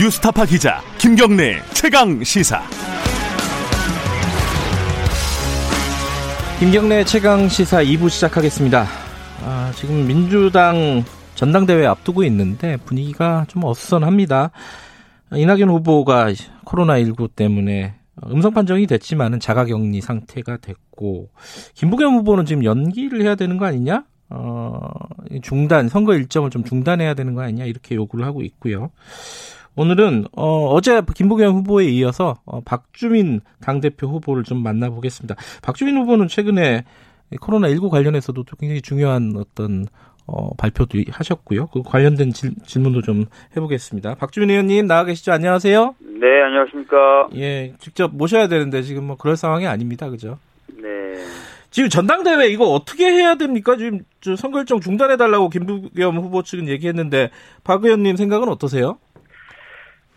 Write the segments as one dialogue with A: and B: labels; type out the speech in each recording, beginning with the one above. A: 뉴스타파 기자 김경래 최강 시사.
B: 김경래 최강 시사 2부 시작하겠습니다. 아, 지금 민주당 전당대회 앞두고 있는데 분위기가 좀 어수선합니다. 이낙연 후보가 코로나19 때문에 음성 판정이 됐지만은 자가격리 상태가 됐고 김부겸 후보는 지금 연기를 해야 되는 거 아니냐? 어, 중단 선거 일정을 좀 중단해야 되는 거 아니냐 이렇게 요구를 하고 있고요. 오늘은 어, 어제 김부겸 후보에 이어서 어, 박주민 당대표 후보를 좀 만나보겠습니다. 박주민 후보는 최근에 코로나 19 관련해서도 또 굉장히 중요한 어떤 어, 발표도 하셨고요. 그 관련된 질, 질문도 좀 해보겠습니다. 박주민 의원님 나와 계시죠? 안녕하세요.
C: 네, 안녕하십니까.
B: 예, 직접 모셔야 되는데 지금 뭐 그럴 상황이 아닙니다, 그죠?
C: 네.
B: 지금 전당대회 이거 어떻게 해야 됩니까? 지금 저 선거일정 중단해달라고 김부겸 후보 측은 얘기했는데 박 의원님 생각은 어떠세요?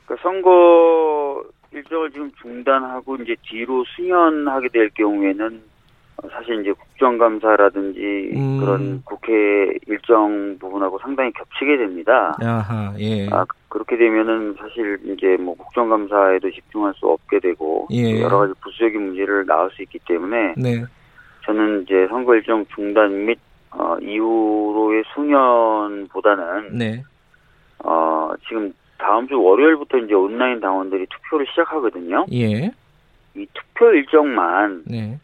C: 그 선거 일정을 지금 중단하고 이제 뒤로 수년하게 될 경우에는 어, 사실 이제 국정감사라든지
B: 음.
C: 그런 국회 일정 부분하고 상당히 겹치게 됩니다.
B: 아하, 예.
C: 아, 그렇게 되면은 사실 이제 뭐 국정감사에도 집중할 수 없게 되고
B: 예.
C: 또 여러 가지 부수적인 문제를 나올 수 있기 때문에
B: 네.
C: 저는 이제 선거 일정 중단 및 어, 이후로의 수년보다는
B: 네.
C: 어, 지금 다음 주 월요일부터 이제 온라인 당원들이 투표를 시작하거든요.
B: 예.
C: 이 투표 일정만
B: 네.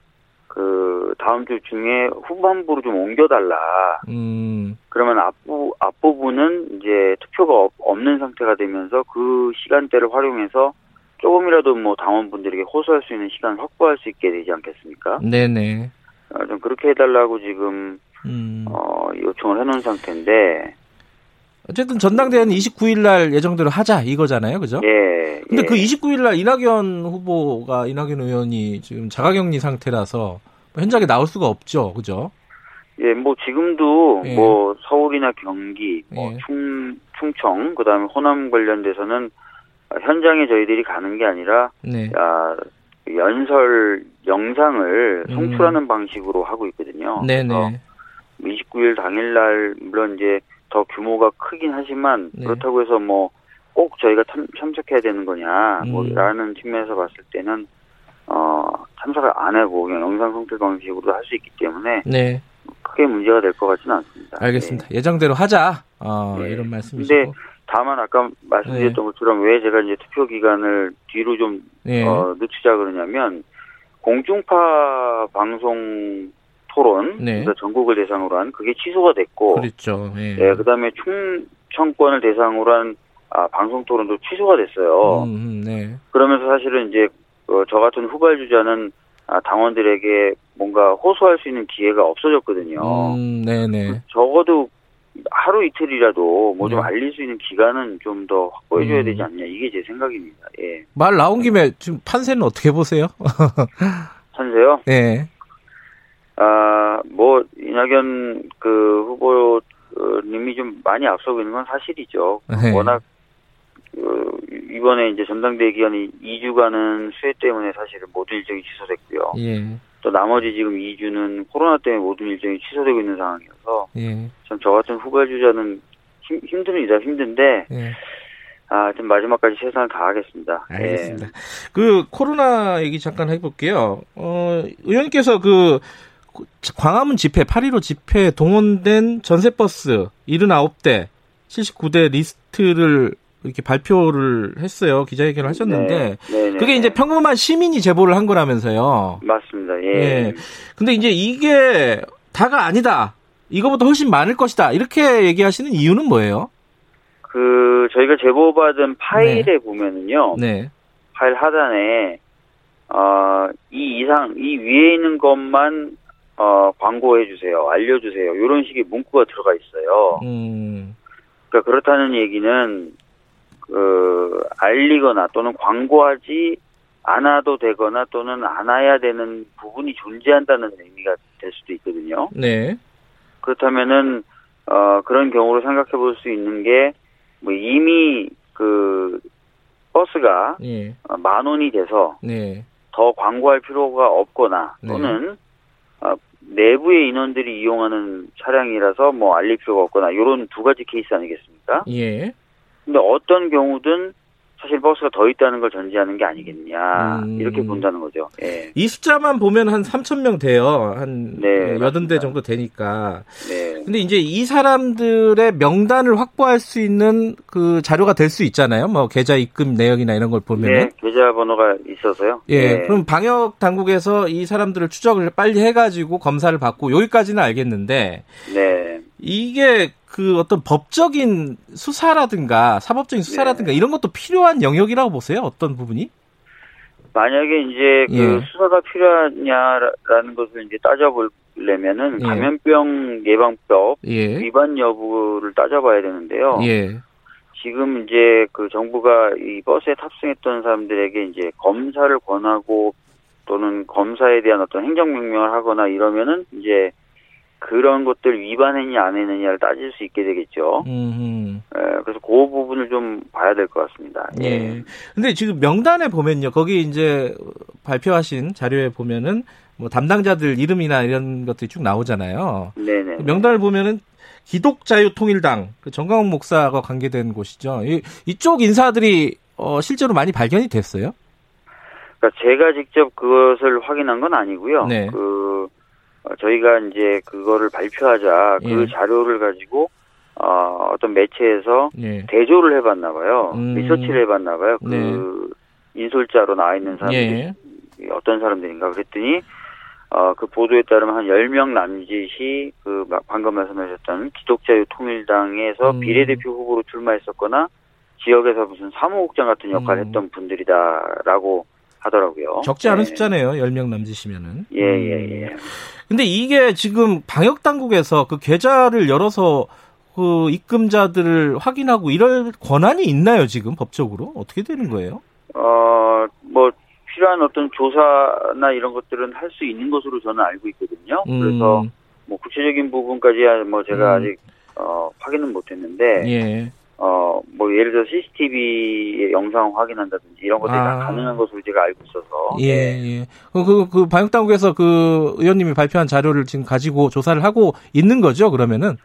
C: 그 다음 주 중에 후반부로 좀 옮겨달라.
B: 음.
C: 그러면 앞부 앞부분은 이제 투표가 없- 없는 상태가 되면서 그 시간대를 활용해서 조금이라도 뭐 당원분들에게 호소할 수 있는 시간을 확보할 수 있게 되지 않겠습니까?
B: 네네.
C: 어, 좀 그렇게 해달라고 지금
B: 음.
C: 어, 요청을 해놓은 상태인데,
B: 어쨌든 전당대회는 29일 날 예정대로 하자 이거잖아요. 그죠?
C: 예.
B: 어? 근데
C: 예.
B: 그 29일 날 이낙연 후보가 이낙연 의원이 지금 자가격리 상태라서 뭐 현장에 나올 수가 없죠. 그죠?
C: 예, 뭐 지금도
B: 예.
C: 뭐 서울이나 경기, 뭐
B: 예.
C: 충, 충청, 그다음에 호남 관련돼서는 현장에 저희들이 가는 게 아니라
B: 네.
C: 아, 연설 영상을
B: 음.
C: 송출하는 방식으로 하고 있거든요.
B: 네,
C: 그래서
B: 네.
C: 29일 당일날 물론 이제 더 규모가 크긴 하지만
B: 네.
C: 그렇다고 해서 뭐 꼭 저희가 참, 참석해야 되는 거냐
B: 음.
C: 뭐라는 측면에서 봤을 때는 어 참석을 안 하고 그냥 영상 송출 방식으로 할 수 있기 때문에
B: 네.
C: 크게 문제가 될 것 같지는 않습니다.
B: 알겠습니다. 예정대로 하자. 어,
C: 네.
B: 이런 말씀이시고.
C: 근데 예. 다만 아까 말씀드렸던 것처럼 왜 제가 이제 투표 기간을 뒤로 좀
B: 네.
C: 어, 늦추자 그러냐면 공중파 방송 토론
B: 네.
C: 그러니까 전국을 대상으로 한 그게 취소가 됐고
B: 그렇죠. 예.
C: 예, 그다음에 충청권을 대상으로 한 아, 방송 토론도 취소가 됐어요.
B: 음, 음, 네.
C: 그러면서 사실은 이제 어, 저 같은 후발 주자는 아, 당원들에게 뭔가 호소할 수 있는 기회가 없어졌거든요.
B: 음, 네, 네.
C: 적어도 하루 이틀이라도 뭐 좀
B: 네.
C: 알릴 수 있는 기간은 좀 더 확보해줘야
B: 음.
C: 되지 않냐 이게 제 생각입니다. 예,
B: 말 나온 김에 지금 판세는 어떻게 보세요?
C: 선세요.
B: 네.
C: 아, 뭐 이낙연 그 후보님이 좀 많이 앞서고 있는 건 사실이죠.
B: 네.
C: 워낙 그 이번에 이제 전당대회 기간이 2주간은 수해 때문에 사실은 모든 일정이 취소됐고요.
B: 예.
C: 또 나머지 지금 2주는 코로나 때문에 모든 일정이 취소되고 있는 상황이어서
B: 예.
C: 참 저 같은 후발주자는 힘, 힘듭니다. 힘든데
B: 예.
C: 아, 좀 마지막까지 최선을 다하겠습니다. 예.
B: 알겠습니다. 그 코로나 얘기 잠깐 해볼게요. 어, 의원님께서 그 광화문 집회, 8.15 집회에 동원된 전세버스 79대, 79대 리스트를 이렇게 발표를 했어요. 기자회견을 하셨는데.
C: 네, 네, 네.
B: 그게 이제 평범한 시민이 제보를 한 거라면서요.
C: 맞습니다. 예.
B: 예. 근데 이제 이게 다가 아니다. 이거보다 훨씬 많을 것이다. 이렇게 얘기하시는 이유는 뭐예요?
C: 그 저희가 제보받은 파일에 보면은요.
B: 네.
C: 파일 하단에 어, 이 이상 이 위에 있는 것만 어, 광고해 주세요. 알려 주세요. 이런 식의 문구가 들어가 있어요.
B: 음,
C: 그러니까 그렇다는 얘기는 그 알리거나 또는 광고하지 않아도 되거나 또는 안아야 되는 부분이 존재한다는 의미가 될 수도 있거든요.
B: 네.
C: 그렇다면은 어 그런 경우로 생각해 볼 수 있는 게 뭐 이미 그 버스가
B: 예.
C: 어, 만 원이 돼서
B: 네.
C: 더 광고할 필요가 없거나
B: 네.
C: 또는 어, 내부의 인원들이 이용하는 차량이라서 뭐 알릴 필요가 없거나 이런 두 가지 케이스 아니겠습니까?
B: 예.
C: 근데 어떤 경우든 사실 버스가 더 있다는 걸 전제하는 게 아니겠냐
B: 음.
C: 이렇게 본다는 거죠. 예.
B: 이 숫자만 보면 한 3천 명 돼요. 한
C: 네,
B: 여든 대
C: 맞습니다.
B: 정도 되니까.
C: 네.
B: 근데 이제 이 사람들의 명단을 확보할 수 있는 그 자료가 될 수 있잖아요. 뭐 계좌 입금 내역이나 이런 걸
C: 네,
B: 보면은.
C: 계좌번호가 있어서요.
B: 예,
C: 예.
B: 그럼 방역 당국에서 이 사람들을 추적을 빨리 해가지고 검사를 받고 여기까지는 알겠는데
C: 네.
B: 이게 그 어떤 법적인 수사라든가 사법적인
C: 네.
B: 수사라든가 이런 것도 필요한 영역이라고 보세요. 어떤 부분이?
C: 만약에 이제 그
B: 예.
C: 수사가 필요하냐라는 것을 이제 따져보려면은
B: 예.
C: 감염병 예방법
B: 예,
C: 위반 여부를 따져봐야 되는데요.
B: 예,
C: 지금 이제 그 정부가 이 버스에 탑승했던 사람들에게 이제 검사를 권하고 또는 검사에 대한 어떤 행정명령을 하거나 이러면은 이제 그런 것들 위반했냐 안 했느냐를 따질 수 있게 되겠죠.
B: 음,
C: 에, 그래서 그 부분을 좀 봐야 될 것 같습니다.
B: 예. 근데 지금 명단에 보면요, 거기 이제 발표하신 자료에 보면은 뭐 담당자들 이름이나 이런 것들이 쭉 나오잖아요.
C: 네네.
B: 명단을 보면은 기독자유통일당 그 정광훈 목사가 관계된 곳이죠. 이, 이쪽 인사들이 어, 실제로 많이 발견이 됐어요.
C: 그러니까 제가 직접 그것을 확인한 건 아니고요.
B: 네.
C: 그 어, 저희가 이제 그거를 발표하자 그
B: 예.
C: 자료를 가지고 어, 어떤 매체에서
B: 예.
C: 대조를 해봤나 봐요.
B: 음. 네.
C: 리서치를 해봤나 봐요. 그 인솔자로 나와 있는 사람들이
B: 예.
C: 어떤 사람들인가 그랬더니 어, 그 보도에 따르면 한 10명 남짓이 그 마- 방금 말씀하셨던 기독자유통일당에서
B: 음.
C: 비례대표 후보로 출마했었거나 지역에서 무슨 사무국장 같은 역할을
B: 음.
C: 했던 분들이다라고 하더라고요.
B: 적지 않은
C: 예.
B: 숫자네요. 음. 10명 남짓이면은.
C: 예, 예, 예.
B: 근데 이게 지금 방역 당국에서 그 계좌를 열어서 그 입금자들을 확인하고 이럴 권한이 있나요, 지금 법적으로? 어떻게 되는 거예요?
C: 어, 뭐, 필요한 어떤 조사나 이런 것들은 할 수 있는 것으로 저는 알고 있거든요.
B: 음,
C: 그래서 뭐 구체적인 부분까지 뭐 제가
B: 음.
C: 아직 어, 확인은 못했는데
B: 예.
C: 어, 뭐 예를 들어 CCTV의 영상 확인한다든지 이런 것들이 다
B: 아.
C: 가능한 것으로 제가 알고 있어서 네.
B: 예, 예. 그, 그, 그 방역 당국에서 그 의원님이 발표한 자료를 지금 가지고 조사를 하고 있는 거죠, 그러면은?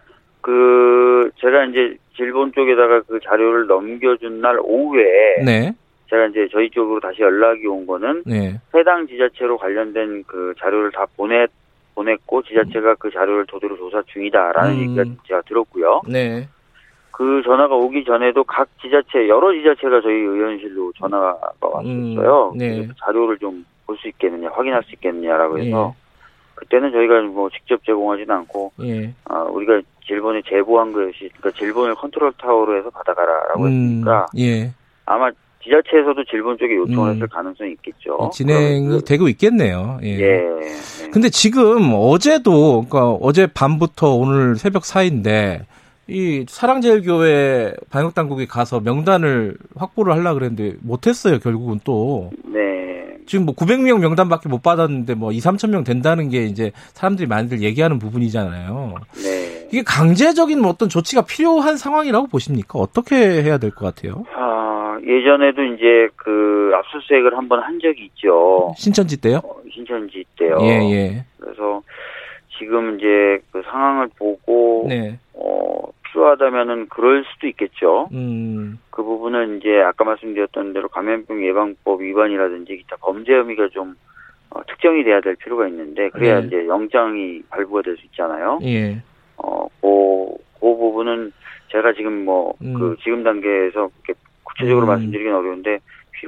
C: 그 제가 이제 일본 쪽에다가 그 자료를 넘겨준 날 오후에
B: 네.
C: 제가 이제 저희 쪽으로 다시 연락이 온 거는
B: 네.
C: 해당 지자체로 관련된 그 자료를 다 보내 보냈고 지자체가 그 자료를 도대로 조사 중이다라는
B: 음.
C: 얘기가 제가 들었고요.
B: 네.
C: 그 전화가 오기 전에도 각 지자체 여러 지자체가 저희 의원실로 전화가 왔었어요.
B: 음, 네.
C: 그래서 자료를 좀 볼 수 있겠느냐, 확인할 수 있겠느냐라고 해서 그때는 저희가 뭐 직접 제공하지는 않고
B: 예.
C: 아, 우리가 질본에 제보한 것이 그러니까 질본을 컨트롤 타워로 해서 받아가라라고 했으니까
B: 음, 예.
C: 아마 지자체에서도 질본 쪽에 요청을
B: 음. 예,
C: 했을 가능성이 있겠죠.
B: 진행이
C: 그러면 그-
B: 되고 있겠네요. 예.
C: 예. 예.
B: 근데 지금 어제도 그러니까 어제 밤부터 오늘 새벽 사이인데 이 사랑제일교회 방역 당국이 가서 명단을 확보를 하려 그랬는데 못 했어요. 결국은 또
C: 네.
B: 지금 뭐 900명 명단밖에 못 받았는데 뭐 2, 3천 명 된다는 게 이제 사람들이 많이들 얘기하는 부분이잖아요.
C: 네.
B: 이게 강제적인 뭐 어떤 조치가 필요한 상황이라고 보십니까? 어떻게 해야 될 것 같아요?
C: 아, 예전에도 이제 그 압수수색을 한번 한 적이 있죠.
B: 신천지 때요?
C: 어, 신천지 때요.
B: 예, 예.
C: 그래서 지금 이제 그 상황을 보고
B: 네.
C: 어, 필요하다면은 그럴 수도 있겠죠.
B: 음.
C: 그 부분은 이제 아까 말씀드렸던 대로 감염병 예방법 위반이라든지 기타 범죄 혐의가 좀 어, 특정이 돼야 될 필요가 있는데 그래야
B: 네.
C: 이제 영장이 발부가 될 수 있잖아요.
B: 예.
C: 어, 그, 그 부분은 제가 지금 뭐,
B: 음.
C: 그, 지금 단계에서 이렇게 구체적으로
B: 음.
C: 말씀드리긴 어려운데,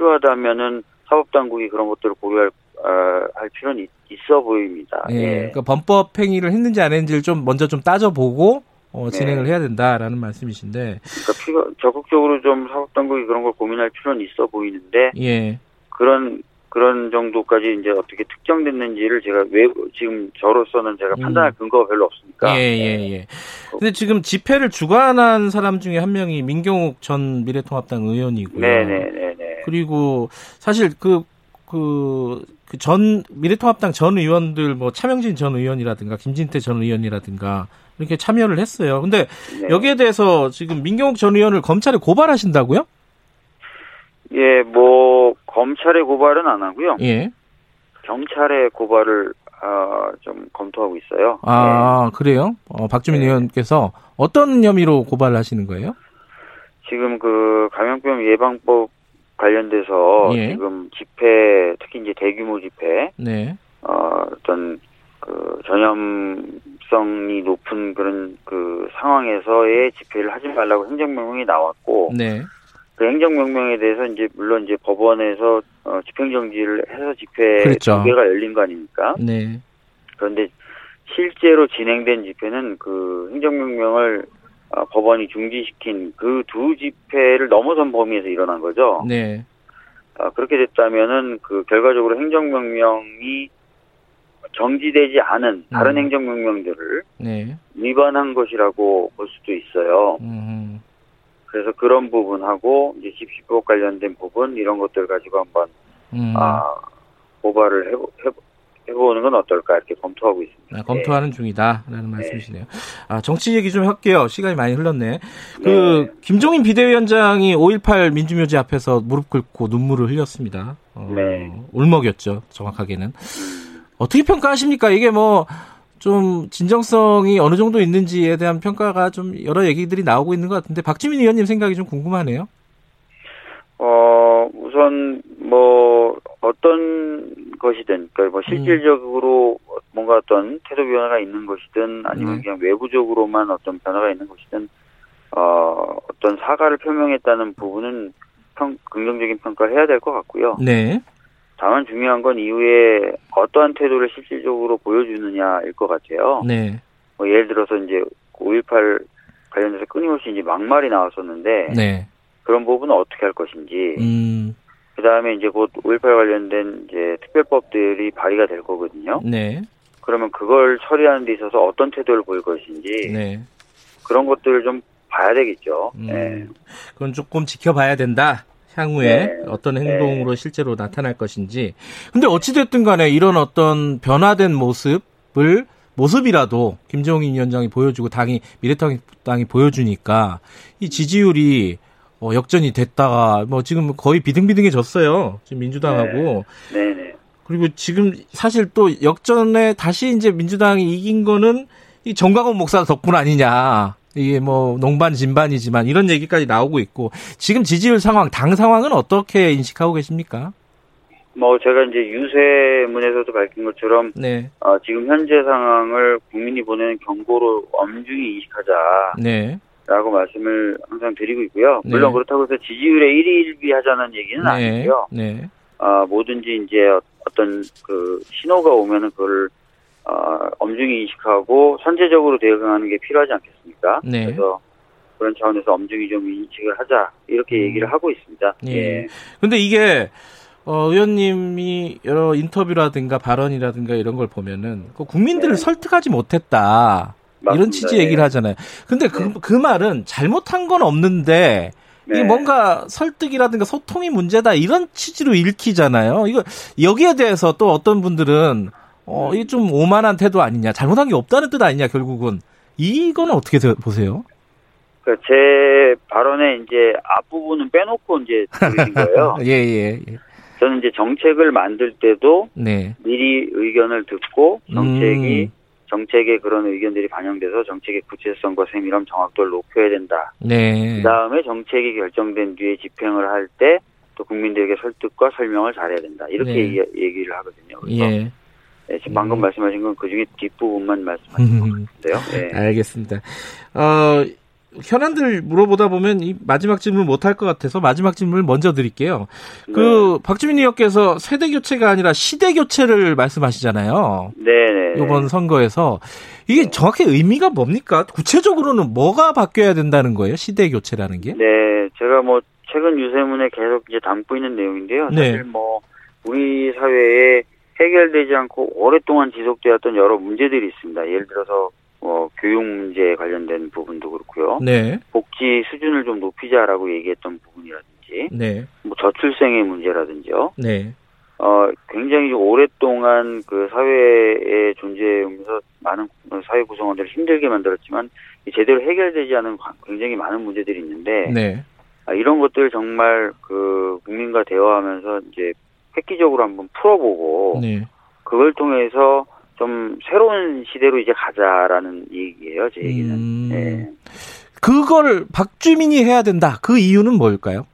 C: 필요하다면은 사법당국이 그런 것들을 고려할, 아, 할 필요는 있, 있어 보입니다.
B: 예,
C: 예.
B: 그러니까 범법 행위를 했는지 안 했는지를 좀 먼저 좀 따져보고 어,
C: 네.
B: 진행을 해야 된다라는 말씀이신데,
C: 그러니까 필요, 적극적으로 좀 사법당국이 그런 걸 고민할 필요는 있어 보이는데,
B: 예,
C: 그런, 그런 정도까지 이제 어떻게 특정됐는지를 제가 왜, 지금 저로서는 제가
B: 음.
C: 판단할 근거가 별로 없으니까. 네.
B: 예, 예, 예. 근데 지금 집회를 주관한 사람 중에 한 명이 민경욱 전 미래통합당 의원이고요.
C: 네네네네.
B: 그리고 사실 그 그, 그 전 미래통합당 전 의원들 뭐 차명진 전 의원이라든가 김진태 전 의원이라든가 이렇게 참여를 했어요. 근데
C: 네.
B: 여기에 대해서 지금 민경욱 전 의원을 검찰에 고발하신다고요?
C: 예, 뭐, 검찰의 고발은 안 하고요.
B: 예.
C: 경찰의 고발을 아, 좀 검토하고 있어요. 예.
B: 아, 그래요? 어, 박주민
C: 네.
B: 의원께서 어떤 혐의로 고발을 하시는 거예요?
C: 예. 지금 그 감염병 예방법 관련돼서
B: 예.
C: 지금 집회 특히 이제 대규모 집회
B: 네.
C: 어, 어떤 그 전염성이 높은 그런 그 상황에서의 집회를 하지 말라고 행정명령이 나왔고
B: 네.
C: 그 행정명령에 대해서 이제 물론 이제 법원에서 어, 집행정지를 해서 집회
B: 그렇죠.
C: 두 개가 열린 거 아닙니까?
B: 네.
C: 그런데 실제로 진행된 집회는 그 행정명령을 어, 법원이 중지시킨 그 두 집회를 넘어선 범위에서 일어난 거죠.
B: 네.
C: 아, 그렇게 됐다면은 그 결과적으로 행정명령이 정지되지 않은 다른
B: 음.
C: 행정명령들을
B: 네.
C: 위반한 것이라고 볼 수도 있어요.
B: 음.
C: 그래서 그런 부분하고 이제 집시법 관련된 부분 이런 것들 가지고 한번
B: 음.
C: 아, 고발을 해보, 는건 어떨까 이렇게 검토하고 있습니다.
B: 아,
C: 네.
B: 검토하는 중이다라는 말씀이시네요. 아, 정치 얘기 좀 할게요. 시간이 많이 흘렀네. 그
C: 네.
B: 김종인 비대위원장이 5.18 민주묘지 앞에서 무릎 꿇고 눈물을 흘렸습니다. 어,
C: 네.
B: 울먹였죠. 정확하게는. 어떻게 평가하십니까? 이게 뭐 좀 진정성이 어느 정도 있는지에 대한 평가가 좀 여러 얘기들이 나오고 있는 것 같은데 박지민 의원님 생각이 좀 궁금하네요.
C: 어, 우선 뭐 어떤 것이든 그러니까
B: 음.
C: 뭐 실질적으로 뭔가 어떤 태도 변화가 있는 것이든 아니면
B: 네.
C: 그냥 외부적으로만 어떤 변화가 있는 것이든 어, 어떤 사과를 표명했다는 부분은 평, 긍정적인 평가를 해야 될 것 같고요.
B: 네.
C: 다만 중요한 건 이후에 어떠한 태도를 실질적으로 보여주느냐일 것 같아요.
B: 네.
C: 뭐 예를 들어서 이제 5.18 관련해서 끊임없이 이제 막말이 나왔었는데
B: 네.
C: 그런 부분은 어떻게 할 것인지
B: 음.
C: 그 다음에 이제 곧 5.18 관련된 이제 특별법들이 발의가 될 거거든요.
B: 네.
C: 그러면 그걸 처리하는 데 있어서 어떤 태도를 보일 것인지
B: 네.
C: 그런 것들을 좀 봐야 되겠죠.
B: 음,
C: 예.
B: 그건 조금 지켜봐야 된다. 향후에
C: 네.
B: 어떤 행동으로 실제로 나타날 것인지. 근데 어찌됐든 간에 이런 어떤 변화된 모습을 모습이라도 김종인 위원장이 보여주고 당이 미래통당이 보여주니까 이 지지율이 어, 역전이 됐다가 뭐 지금 거의 비등비등해졌어요. 지금 민주당하고
C: 네네.
B: 그리고 지금 사실 또 역전에 다시 이제 민주당이 이긴 거는 이 정광훈 목사 덕분 아니냐. 이게 뭐 농반 진반이지만 이런 얘기까지 나오고 있고 지금 지지율 상황, 당 상황은 어떻게 인식하고 계십니까?
C: 뭐 제가 이제 유세문에서도 밝힌 것처럼
B: 네.
C: 어, 지금 현재 상황을 국민이 보내는 경고로 엄중히 인식하자라고
B: 네.
C: 말씀을 항상 드리고 있고요.
B: 네.
C: 물론 그렇다고 해서 지지율에 1위 1비 하자는 얘기는
B: 네.
C: 아니고요.
B: 네.
C: 아, 뭐든지 이제 어떤 그 신호가 오면은 그걸 아, 엄중히 인식하고 선제적으로 대응하는 게 필요하지 않겠습니까?
B: 네.
C: 그래서 그런 차원에서 엄중히 좀 인식을 하자 이렇게
B: 음.
C: 얘기를 하고 있습니다.
B: 예.
C: 예.
B: 근데 이게 어, 의원님이 여러 인터뷰라든가 발언이라든가 이런 걸 보면은 그 국민들을
C: 네.
B: 설득하지 못했다. 이런
C: 맞습니다.
B: 취지 얘기를 하잖아요. 근데 그,
C: 네.
B: 그 말은 잘못한 건 없는데
C: 예. 네.
B: 이게 뭔가 설득이라든가 소통이 문제다 이런 취지로 읽히잖아요. 이거 여기에 대해서 또 어떤 분들은 어, 이게 좀 오만한 태도 아니냐, 잘못한 게 없다는 뜻 아니냐 결국은 이거는 어떻게 세- 보세요?
C: 그제 발언의 이제 앞부분은 빼놓고 이제 드린 거예요.
B: 예예 예, 예.
C: 저는 이제 정책을 만들 때도
B: 네.
C: 미리 의견을 듣고 정책이
B: 음.
C: 정책의 그런 의견들이 반영돼서 정책의 구체성과 세밀함, 정확도를 높여야 된다.
B: 네.
C: 그 다음에 정책이 결정된 뒤에 집행을 할 때 또 국민들에게 설득과 설명을 잘해야 된다. 이렇게
B: 네.
C: 얘기, 얘기를 하거든요. 그래서
B: 예.
C: 예,
B: 음.
C: 지금 방금 말씀하신 건 그중에 뒷부분만 말씀하신 것 같은데요.
B: 아,
C: 예.
B: 네, 알겠습니다. 어, 현안들 물어보다 보면 이 마지막 질문 못 할 것 같아서 마지막 질문을 먼저 드릴게요. 그 박주민 의원께서 세대 교체가 아니라 시대 교체를 말씀하시잖아요.
C: 네네.
B: 이번 선거에서 이게 정확히 의미가 뭡니까? 구체적으로는 뭐가 바뀌어야 된다는 거예요? 시대 교체라는 게?
C: 네, 제가 뭐 최근 유세문에 계속 이제 담고 있는 내용인데요.
B: 네.
C: 사실 뭐 우리 사회에 해결되지 않고 오랫동안 지속되었던 여러 문제들이 있습니다. 예를 들어서 뭐 교육 문제에 관련된 부분도 그렇고요.
B: 네,
C: 복지 수준을 좀 높이자라고 얘기했던 부분이라든지
B: 네,
C: 뭐 저출생의 문제라든지요.
B: 네,
C: 어, 굉장히 오랫동안 그 사회에 존재하면서 많은 사회 구성원들을 힘들게 만들었지만 이 제대로 해결되지 않은 과- 굉장히 많은 문제들이 있는데
B: 네,
C: 아, 이런 것들 정말 그 국민과 대화하면서 이제 획기적으로 한번 풀어보고
B: 네.
C: 그걸 통해서 좀 새로운 시대로 이제 가자라는 얘기예요, 제 얘기는.
B: 음.
C: 예.
B: 그걸 박주민이 해야 된다. 그 이유는 뭘까요?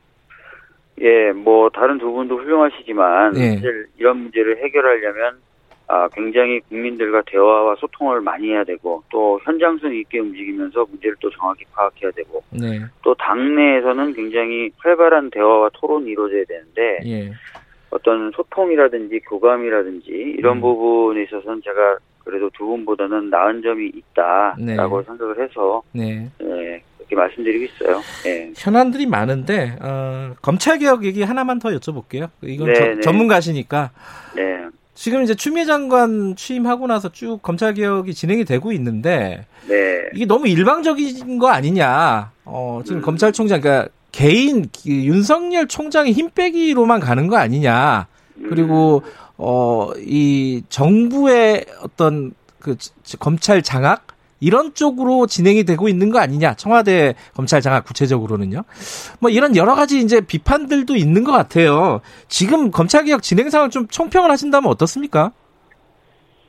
C: 예, 뭐 다른 두 분도 훌륭하시지만
B: 예.
C: 사실 이런 문제를 해결하려면 아, 굉장히 국민들과 대화와 소통을 많이 해야 되고 또 현장성 있게 움직이면서 문제를 또 정확히 파악해야 되고
B: 네.
C: 또 당내에서는 굉장히 활발한 대화와 토론이 이루어져야 되는데
B: 예.
C: 어떤 소통이라든지 교감이라든지 이런
B: 음.
C: 부분에 있어서는 제가 그래도 두 분보다는 나은 점이 있다라고
B: 네.
C: 생각을 해서
B: 네.
C: 예, 그렇게 말씀드리고 있어요. 예.
B: 현안들이 많은데 어, 검찰 개혁 얘기 하나만 더 여쭤볼게요. 이건
C: 네,
B: 저-
C: 네.
B: 전문가시니까
C: 네,
B: 지금 이제 추미애 장관 취임하고 나서 쭉 검찰 개혁이 진행이 되고 있는데
C: 네,
B: 이게 너무 일방적인 거 아니냐? 어, 지금
C: 음.
B: 검찰총장 그러니까 개인 그 윤석열 총장의 힘 빼기로만 가는 거 아니냐?
C: 음,
B: 그리고 어 이 정부의 어떤 그 지- 지- 검찰 장악 이런 쪽으로 진행이 되고 있는 거 아니냐? 청와대 검찰 장악 구체적으로는요. 뭐 이런 여러 가지 이제 비판들도 있는 것 같아요. 지금 검찰 개혁 진행 상황 좀 총평을 하신다면 어떻습니까?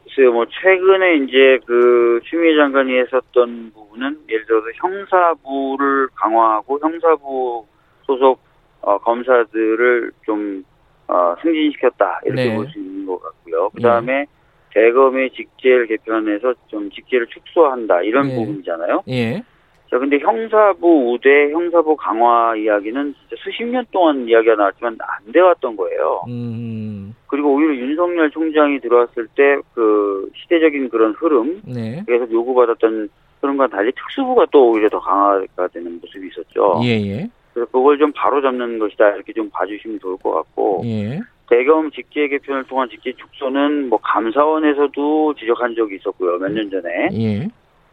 C: 글쎄요, 뭐 최근에 이제 그 추미애 장관이 했었던 부분은 예를 들어서 형사부를 강화하고 형사부 소속 어, 검사들을 좀 어, 승진시켰다 이렇게
B: 네.
C: 볼 수 있는 것 같고요. 그 다음에 대검의 직제를 개편해서 좀 직제를 축소한다 이런
B: 예.
C: 부분이잖아요.
B: 예,
C: 자, 근데 형사부 우대, 형사부 강화 이야기는 진짜 수십 년 동안 이야기가 나왔지만 안 돼왔던 거예요.
B: 음,
C: 그리고 오히려 윤석열 총장이 들어왔을 때 그 시대적인 그런 흐름,
B: 네,
C: 그래서 요구받았던 흐름과 달리 특수부가 또 오히려 더 강화가 되는 모습이 있었죠.
B: 예, 예,
C: 그래서 그걸 좀 바로 잡는 것이다 이렇게 좀 봐주시면 좋을 것 같고
B: 예,
C: 대검 직제 개편을 통한 직제 축소는 뭐 감사원에서도 지적한 적이 있었고요 몇 년 전에
B: 예,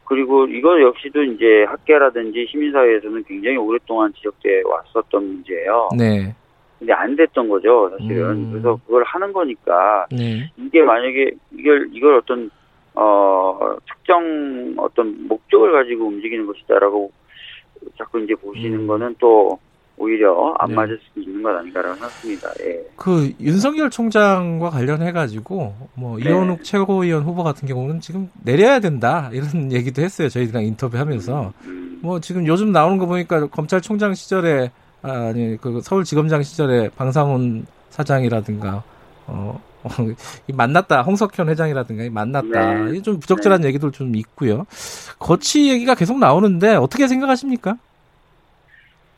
C: 그리고 이거 역시도 이제 학계라든지 시민사회에서는 굉장히 오랫동안 지적돼 왔었던 문제예요.
B: 네,
C: 근데 안 됐던 거죠 사실은
B: 음.
C: 그래서 그걸 하는 거니까
B: 네,
C: 이게 만약에 이걸 이걸 어떤 어 특정 어떤 목적을 가지고 움직이는 것이다라고 자꾸 이제 보시는
B: 음.
C: 거는 또 오히려 안
B: 네.
C: 맞을 수 있는 것 아닌가라고 생각합니다. 예.
B: 그 윤석열 총장과 관련해 가지고 뭐
C: 네.
B: 이원욱 최고위원 후보 같은 경우는 지금 내려야 된다 이런 얘기도 했어요 저희랑 인터뷰하면서
C: 음,
B: 뭐 지금 요즘 나오는 거 보니까 검찰총장 시절에 아, 아니 그 서울지검장 시절에 방상훈 사장이라든가 어, 어, 이 만났다 홍석현 회장이라든가 이 만났다
C: 네.
B: 이게 좀 부적절한 얘기도 좀 있고요 거치 얘기가 계속 나오는데 어떻게 생각하십니까?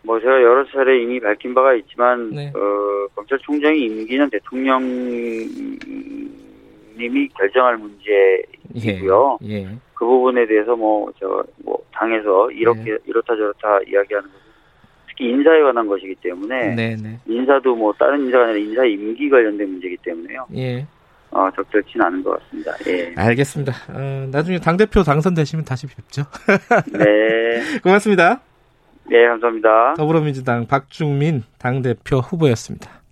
C: 뭐 제가 여러 차례 이미 밝힌 바가 있지만
B: 네.
C: 어, 검찰총장이 임기는 대통령님이 결정할 문제이고요.
B: 예.
C: 그 부분에 대해서 뭐, 저, 뭐, 당에서 이렇게,
B: 네.
C: 이렇다 저렇다 이야기하는 것은 특히 인사에 관한 것이기 때문에
B: 네, 네.
C: 인사도 뭐 다른 인사가 아니라 인사 임기 관련된 문제이기 때문에요.
B: 예.
C: 어, 적절치는 않은 것 같습니다. 예.
B: 알겠습니다. 어, 나중에 당대표 당선되시면 다시 뵙죠.
C: 네.
B: 고맙습니다.
C: 네, 감사합니다.
B: 더불어민주당 박중민 당대표 후보였습니다.